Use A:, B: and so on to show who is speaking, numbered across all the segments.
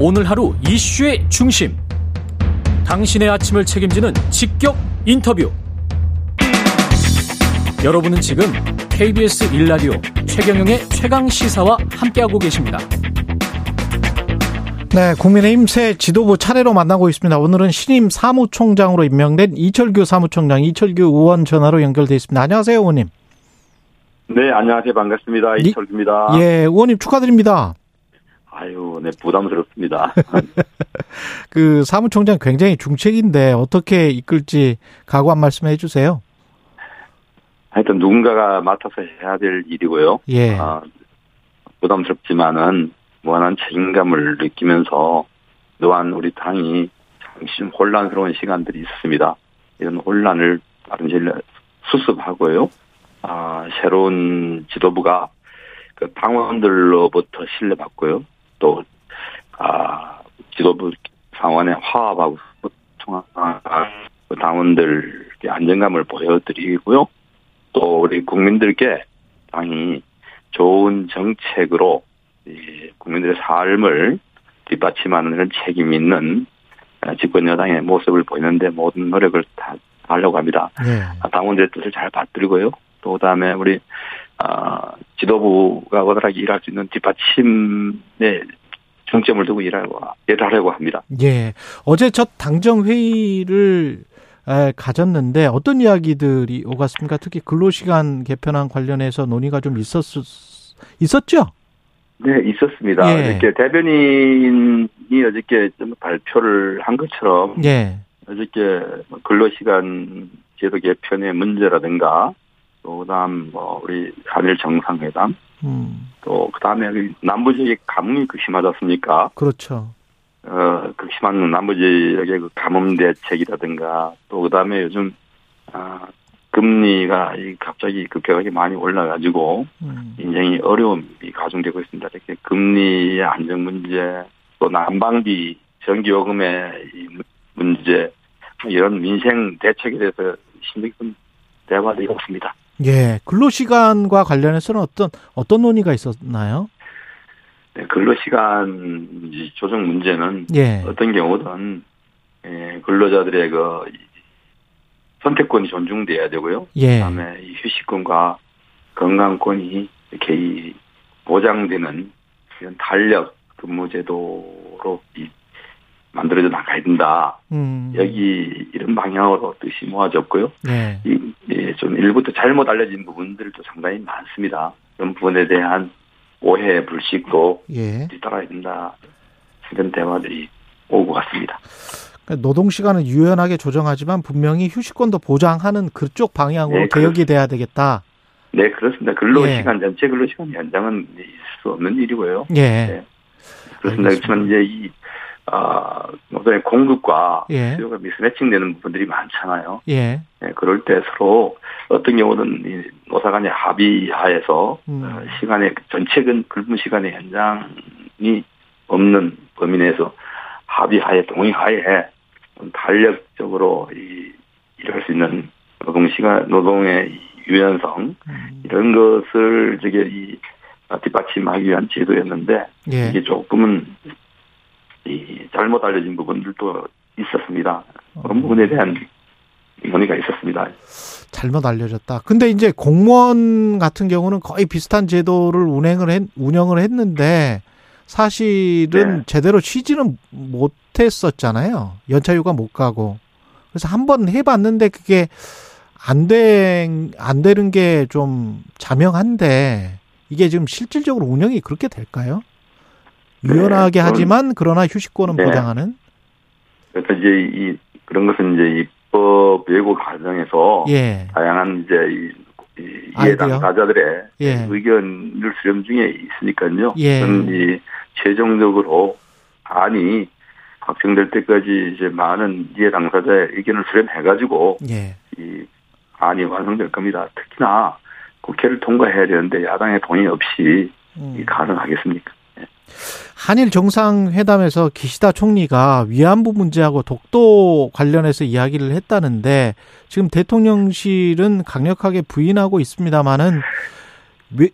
A: 오늘 하루 이슈의 중심. 당신의 아침을 책임지는 직격 인터뷰. 여러분은 지금 KBS 1라디오 최경영의 최강 시사와 함께하고 계십니다.
B: 네, 국민의힘 새 지도부 차례로 만나고 있습니다. 오늘은 신임 사무총장으로 임명된 이철규 사무총장, 이철규 의원 전화로 연결돼 있습니다. 안녕하세요, 의원님.
C: 네, 안녕하세요. 반갑습니다.
B: 니-
C: 이철규입니다.
B: 예, 의원님 축하드립니다.
C: 아유, 네, 부담스럽습니다.
B: 그 사무총장 굉장히 중책인데 어떻게 이끌지 각오한 말씀해 주세요.
C: 하여튼 누군가가 맡아서 해야 될 일이고요.
B: 예,
C: 아, 부담스럽지만은 무한한 책임감을 느끼면서 노한 우리 당이 잠시 좀 혼란스러운 시간들이 있습니다. 이런 혼란을 다른 질 수습하고요. 아, 새로운 지도부가 그 당원들로부터 신뢰받고요. 또, 아, 지도부 상원의 화합하고 통합, 당원들께 안정감을 보여드리고요. 또 우리 국민들께 당이 좋은 정책으로 이 국민들의 삶을 뒷받침하는 그런 책임 있는 어, 집권 여당의 모습을 보이는데 모든 노력을 다 하려고 합니다. 아,
B: 예.
C: 당원들의 뜻을 잘 받들고요. 또 그다음에 우리 아, 지도부가 원활하게 일할 수 있는 뒷받침에 중점을 두고 일하고 일을 하려고 합니다.
B: 예. 어제 첫 당정 회의를 에, 가졌는데 어떤 이야기들이 오갔습니까? 특히 근로시간 개편안 관련해서 논의가 좀 있었 있었죠?
C: 네, 있었습니다.
B: 예.
C: 어저께 대변인이 어저께 좀 발표를 한 것처럼
B: 예.
C: 어저께 근로시간 제도 개편의 문제라든가 또 그다음 뭐 우리 한일 정상회담
B: 음.
C: 또 그다음에 그 남부 지역의 가뭄이 그 극심하지 않습니까?
B: 그렇죠.
C: 어 극심한 남부 지역의 그 가뭄 대책이라든가 또 그다음에 요즘 아 금리가 이 갑자기 급격하게 많이 올라가지고
B: 음.
C: 굉장히 어려움이 가중되고 있습니다. 이렇게 금리의 안정 문제, 또 난방비, 전기요금의 이 문- 문제, 이런 민생 대책에 대해서 심히 좀 대화도 있었습니다.
B: 예. 근로시간과 관련해서는 어떤 어떤 논의가 있었나요?
C: 네, 근로시간 이 조정 문제는
B: 예.
C: 어떤 경우든 예, 근로자들의 그 이 선택권이 존중돼야 되고요.
B: 예.
C: 그다음에 이 휴식권과 건강권이 이렇게 이 보장되는 이런 탄력 근무제도로 이 만들어져 나가야 된다.
B: 음.
C: 여기 이런 방향으로 뜻이 모아졌고요.
B: 예.
C: 이, 예, 좀 일부터 잘못 알려진 부분들도 상당히 많습니다. 이런 부분에 대한 오해 불식도
B: 예.
C: 뒤따라야 된다. 이런 대화들이 오고 갔습니다.
B: 그러니까 노동 시간은 유연하게 조정하지만 분명히 휴식권도 보장하는 그쪽 방향으로
C: 예,
B: 개혁이 돼야 되겠다.
C: 네, 그렇습니다. 근로시간, 전체 근로시간 연장은 있을 수 없는 일이고요. 네.
B: 예.
C: 그렇습니다.
B: 알겠습니다.
C: 그렇지만 이제 이, 아, 어떤 공급과
B: 예.
C: 수요가 미스매칭 되는 부분들이 많잖아요.
B: 예.
C: 예, 그럴 때 서로 어떤 경우는 이 노사 간의 합의하에서
B: 음.
C: 어, 시간의 전체 근- 근무 시간의 연장이 없는 범위 내에서 합의하에 동의하에 좀 탄력적으로 이, 일할 수 있는 노동 시간, 노동의 이 유연성
B: 음.
C: 이런 것을 저게 이 아, 뒷받침하기 위한 제도였는데
B: 예.
C: 이게 조금은 이 잘못 알려진 부분들도 있었습니다. 그런 부분에 대한 논의가 있었습니다.
B: 잘못 알려졌다. 근데 이제 공무원 같은 경우는 거의 비슷한 제도를 운행을 했, 운영을 했는데 사실은
C: 네.
B: 제대로 쉬지는 못했었잖아요. 연차휴가 못 가고. 그래서 한 번 해봤는데 그게 안 된, 안 되는 게 좀 자명한데 이게 지금 실질적으로 운영이 그렇게 될까요?
C: 네,
B: 유연하게
C: 그건-
B: 하지만 그러나 휴식권은
C: 네.
B: 보장하는
C: 그래서 이제 이 그런 것은 이제 입법 예고 과정에서
B: 예.
C: 어, 다양한 이제 이, 이 이해
B: 아이디어.
C: 당사자들의
B: 예.
C: 의견을 수렴 중에 있으니까요.
B: 예.
C: 그럼 이 최종적으로 안이 확정될 때까지 이제 많은 이해 당사자의 의견을 수렴해가지고
B: 예.
C: 이 안이 완성될 겁니다. 특히나 국회를 통과해야 되는데 야당의 동의 없이
B: 음.
C: 이 가능하겠습니까?
B: 한일 정상회담에서 기시다 총리가 위안부 문제하고 독도 관련해서 이야기를 했다는데 지금 대통령실은 강력하게 부인하고 있습니다만은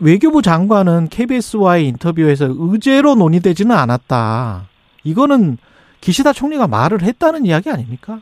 B: 외교부 장관은 KBS와의 인터뷰에서 의제로 논의되지는 않았다. 이거는 기시다 총리가 말을 했다는 이야기 아닙니까?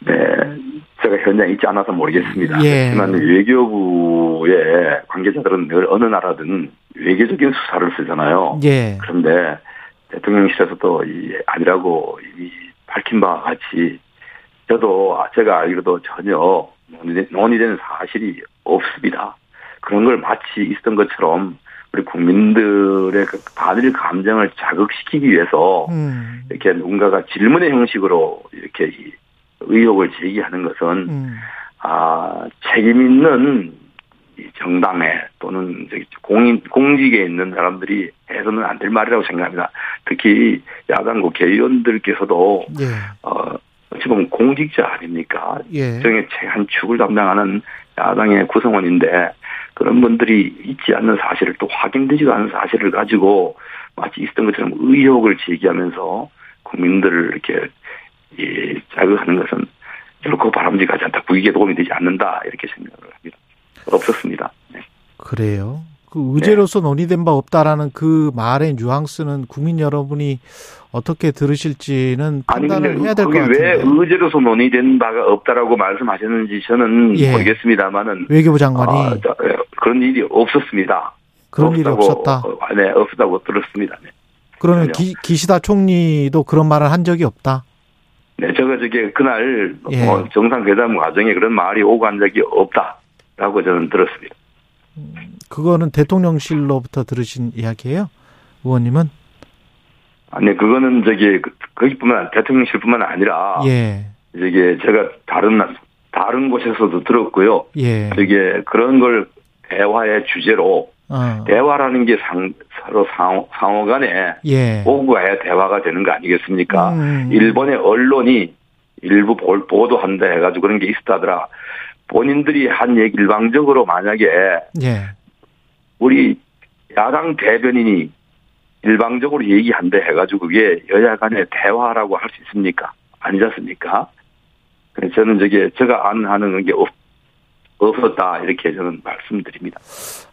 C: 네, 제가 현장에 있지 않아서 모르겠습니다.
B: 예.
C: 하지만 외교부의 관계자들은 늘 어느 나라든 외교적인 수사를 쓰잖아요.
B: 예.
C: 그런데 대통령실에서도 이 아니라고 이미 밝힌 바와 같이 저도 아- 제가 알기로도 전혀 논의된, 논의된 사실이 없습니다. 그런 걸 마치 있었던 것처럼 우리 국민들의 그 다들 감정을 자극시키기 위해서
B: 음.
C: 이렇게 누군가가 질문의 형식으로 이렇게 이 의혹을 제기하는 것은
B: 음.
C: 아, 책임 있는 이 정당에 또는 저기 공인, 공직에 있는 사람들이 해서는 안 될 말이라고 생각합니다. 특히 야당 국회의원들께서도
B: 예.
C: 어, 어찌 보면 공직자 아닙니까?
B: 예.
C: 정의 한 축을 담당하는 야당의 구성원인데 그런 분들이 있지 않는 사실을 또 확인되지도 않은 사실을 가지고 마치 있었던 것처럼 의혹을 제기하면서 국민들을 이렇게 이 자극하는 것은 결코 바람직하지 않다. 국익에 도움이 되지 않는다 이렇게 생각을 합니다. 없었습니다. 네.
B: 그래요. 그 의제로서 논의된 바 없다라는 그 말의 뉘앙스는 국민 여러분이 어떻게 들으실지는
C: 아니 근데
B: 판단을 해야 될 것
C: 그게 왜
B: 같은데.
C: 의제로서 논의된 바가 없다라고 말씀하셨는지 저는
B: 예.
C: 모르겠습니다만은
B: 외교부 장관이
C: 아, 저, 예, 그런 일이 없었습니다.
B: 그런 일이
C: 없다고,
B: 없었다.
C: 어, 네, 없었다고 들었습니다. 네.
B: 그러면
C: 전혀.
B: 기, 기시다 총리도 그런 말을 한 적이 없다.
C: 네, 제가 저게 그날
B: 예.
C: 뭐 정상회담 과정에 그런 말이 오고 한 적이 없다라고 저는 들었습니다.
B: 그거는 대통령실로부터 들으신 이야기예요, 의원님은?
C: 아니 그거는 저기 그- 거기뿐만 아니라 대통령실뿐만 아니라
B: 예,
C: 저게 제가 다른 나- 다른 곳에서도 들었고요.
B: 예.
C: 저게 그런 걸 대화의 주제로
B: 어,
C: 대화라는 게 상, 서로 상호, 상호 간에
B: 예.
C: 오고 가야 대화가 되는 거 아니겠습니까?
B: 음,
C: 일본의 언론이 일부 보- 보도한다 해가지고 그런 게 있었다더라. 본인들이 한 얘기 일방적으로 만약에
B: 예,
C: 우리 야당 대변인이 일방적으로 얘기한다 해가지고 그게 여야 간의 대화라고 할 수 있습니까? 아니지 않습니까? 그래서 저는 저게 제가 안 하는 게 없, 없었다 이렇게 저는 말씀드립니다.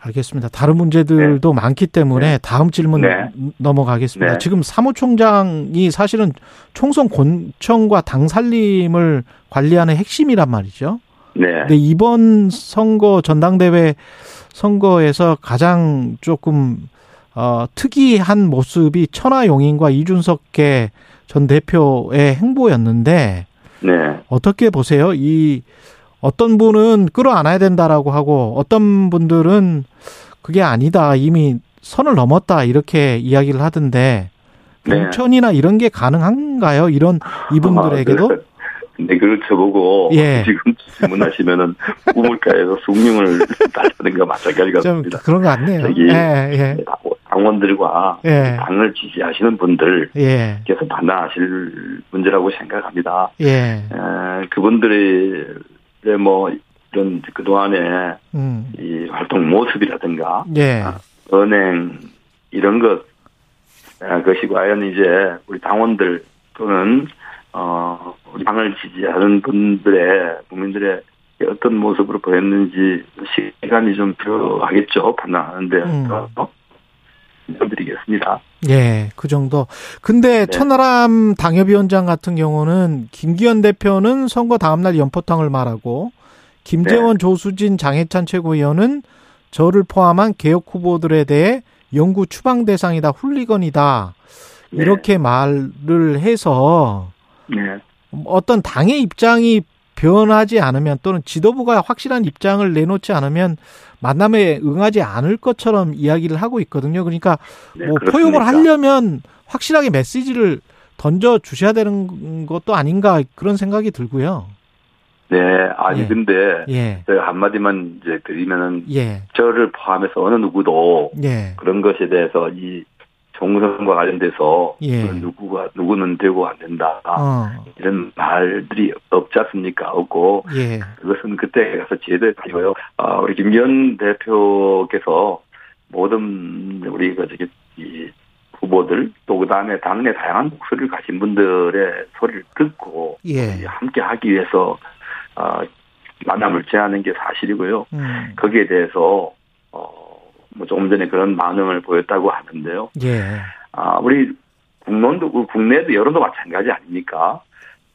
B: 알겠습니다. 다른 문제들도 많기 때문에 다음 질문
C: 네.
B: 넘어가겠습니다.
C: 네.
B: 지금 사무총장이 사실은 총선 권청과 당 살림을 관리하는 핵심이란 말이죠.
C: 네.
B: 근데 이번 선거 전당대회 선거에서 가장 조금 어, 특이한 모습이 천하용인과 이준석계 전 대표의 행보였는데
C: 네.
B: 어떻게 보세요? 이 어떤 분은 끌어안아야 된다라고 하고 어떤 분들은 그게 아니다 이미 선을 넘었다 이렇게 이야기를 하던데
C: 네.
B: 공천이나 이런 게 가능한가요? 이런 이분들에게도
C: 아, 네. 네, 그걸 쳐보고
B: 예.
C: 지금 질문하시면은 우물가에서 숭늉을 달라는 거
B: 좀
C: 마찬가지 같습니다.
B: 그런 거 같네요.
C: 저기-
B: 예,
C: 당원들과
B: 예, 예,
C: 당을 지지하시는 분들께서
B: 예,
C: 판단하실 문제라고 생각합니다.
B: 예,
C: 에, 그분들의 뭐 이런 그동안의
B: 음,
C: 이 활동 모습이라든가
B: 예,
C: 아. 은행 이런 것 아, 그것이 과연 이제 우리 당원들 또는 어 우리 당을 지지하는 분들의 국민들의 어떤 모습으로 보였는지 시간이 좀 필요하겠죠 판단하는데
B: 음.
C: 인사드리겠습니다.
B: 예, 그 정도. 근데 천하람 당협위원장 같은 경우는 김기현 대표는 선거 다음날 연포탕을 말하고 김재원, 조수진, 장해찬 최고위원은 저를 포함한 개혁 후보들에 대해 영구 추방 대상이다, 훌리건이다
C: 네.
B: 이렇게 말을 해서
C: 네.
B: 어떤 당의 입장이 변하지 않으면 또는 지도부가 확실한 입장을 내놓지 않으면 만남에 응하지 않을 것처럼 이야기를 하고 있거든요. 그러니까
C: 네,
B: 뭐
C: 그렇습니다.
B: 포용을 하려면 확실하게 메시지를 던져 주셔야 되는 것도 아닌가 그런 생각이 들고요.
C: 네, 아니
B: 예.
C: 근데
B: 예,
C: 제가 한마디만 이제 드리면은
B: 예,
C: 저를 포함해서 어느 누구도
B: 예,
C: 그런 것에 대해서 이 종선과 관련돼서
B: 예.
C: 누구가 누구는 되고 안 된다.
B: 어,
C: 이런 말들이 없지 않습니까? 없고
B: 예,
C: 그것은 그때 가서 제대로 가지고요. 아, 우리 김기현 대표께서 모든 우리 그 저기 이 후보들 또 그다음에 당내 다양한 목소리를 가진 분들의 소리를 듣고
B: 예,
C: 함께 하기 위해서 아, 만남을 제하는 게 사실이고요.
B: 음,
C: 거기에 대해서 어, 뭐 조금 전에 그런 반응을 보였다고 하는데요.
B: 예,
C: 아, 우리 국론도 그 국내도 여론도 마찬가지 아닙니까?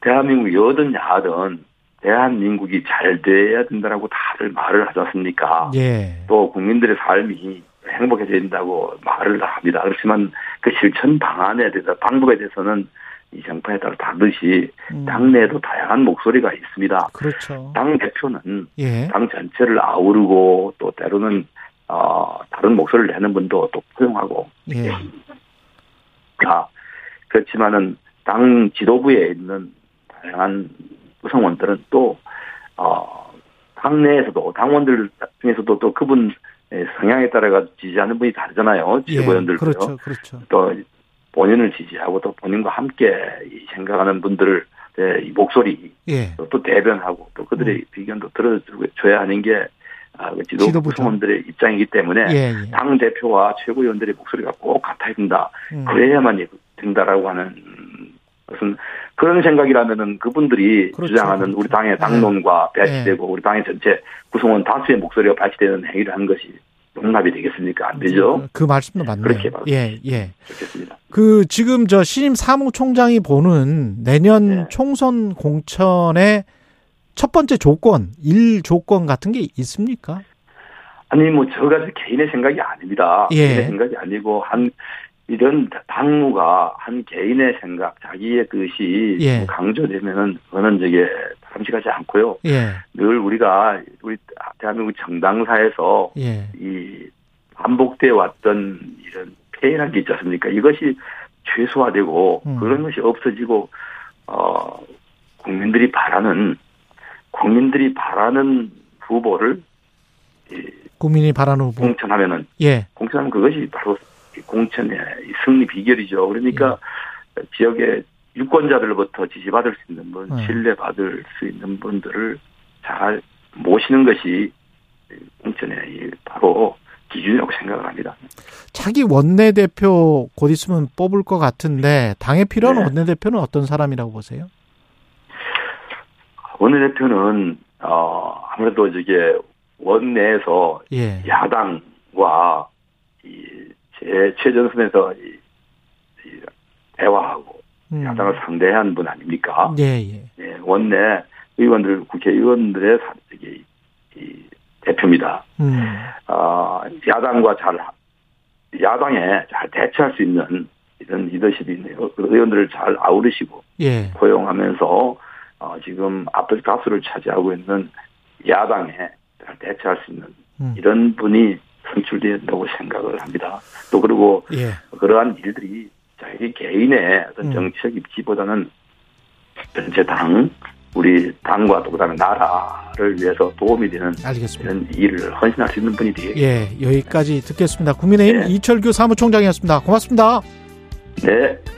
C: 대한민국 여든 야든 대한민국이 잘 돼야 된다라고 다들 말을 하지 않습니까?
B: 예.
C: 또 국민들의 삶이 행복해진다고 말을 합니다. 그렇지만 그 실천 방안에 대해서 방법에 대해서는 이 정파에 따라 다르듯이
B: 음,
C: 당내에도 다양한 목소리가 있습니다.
B: 그렇죠.
C: 당 대표는
B: 예.
C: 당 전체를 아우르고 또 때로는 어, 다른 목소리를 내는 분도 또 포용하고
B: 예.
C: 다 그렇지만은 당 지도부에 있는 다양한 구성원들은 또 어, 당내에서도 당원들 중에서도 또 그분 성향에 따라가 지지하는 분이 다르잖아요
B: 예.
C: 지도부원들도요.
B: 그렇죠. 그렇죠.
C: 또 본인을 지지하고 또 본인과 함께 이 생각하는 분들을 예, 이 목소리
B: 예.
C: 또, 또 대변하고 또 그들의 의견도 들어줘야 하는 게 아, 그 지도부
B: 음. 지도부죠.
C: 구성원들의 입장이기 때문에
B: 예. 예.
C: 당 대표와 최고위원들의 목소리가 꼭 같아야 된다.
B: 음,
C: 그래야만 된다라고 하는 것은 그런 생각이라면은 그분들이
B: 그렇죠,
C: 주장하는
B: 그렇죠.
C: 우리 당의 당론과
B: 네.
C: 배치되고 우리 당의 전체 구성원 다수의 목소리가 발치되는 행위를 하는 것이 용납이 되겠습니까? 안 되죠.
B: 그 말씀도 맞네요.
C: 그렇게 봐도
B: 예. 예.
C: 좋겠습니다.
B: 그 지금 저 신임 사무총장이 보는 내년
C: 네.
B: 총선 공천의 첫 번째 조건, 일 조건 같은 게 있습니까?
C: 아니 뭐 저가 개인의 생각이 아닙니다.
B: 예.
C: 개인의 생각이 아니고 한 이런 당무가 한 개인의 생각, 자기의 뜻이 뭐
B: 예.
C: 강조되면은 그거는 저게 바람직하지 않고요.
B: 예.
C: 늘 우리가 우리 대한민국 정당사에서
B: 예.
C: 이 반복돼 왔던 이런 폐해란 게 있지 않습니까? 이것이 최소화되고
B: 음.
C: 그런 것이 없어지고 어 국민들이 바라는 국민들이 바라는 후보를
B: 국민이 바라는
C: 음.
B: 후보.
C: 공천하면은
B: 예.
C: 공천하면 그것이 바로 이 공천의 이 승리 비결이죠. 그러니까 지역의 유권자들로부터 지지받을 수 있는 분,
B: 음.
C: 신뢰받을 수 있는 분들을 잘 모시는 것이 공천의 이 바로 기준이라고 생각을 합니다.
B: 자기 원내대표 곧 있으면 뽑을 것 같은데 당에 필요한
C: 네.
B: 원내대표는 어떤 사람이라고 보세요?
C: 원내대표는 어 아무래도 이게 원내에서
B: 예.
C: 야당과 이제 최전선에서 이, 이 대화하고
B: 음.
C: 야당을 상대한 분 아닙니까?
B: 예, 예.
C: 예, 원내 의원들 국회의원들의 사- 이게 이 대표입니다.
B: 음.
C: 아 야당과 잘 야당에 잘 대처할 수 있는 이런 리더십이 있네요. 그 의원들을 잘 아우르시고
B: 예.
C: 고용하면서 어, 지금 압도적 다수를 차지하고 있는 야당에 잘 대처할 수 있는
B: 음.
C: 이런 분이 선출된다고 생각을 합니다. 또 그리고
B: 예.
C: 그러한 일들이 자기 개인의 어떤
B: 음.
C: 정치적 입지보다는 전체 당, 우리 당과 또 그다음에 나라를 위해서 도움이 되는
B: 알겠습니다.
C: 이런 일을 헌신할 수 있는 분이 되겠
B: 예. 여기까지 듣겠습니다. 국민의힘
C: 네.
B: 이철규 사무총장이었습니다. 고맙습니다.
C: 네,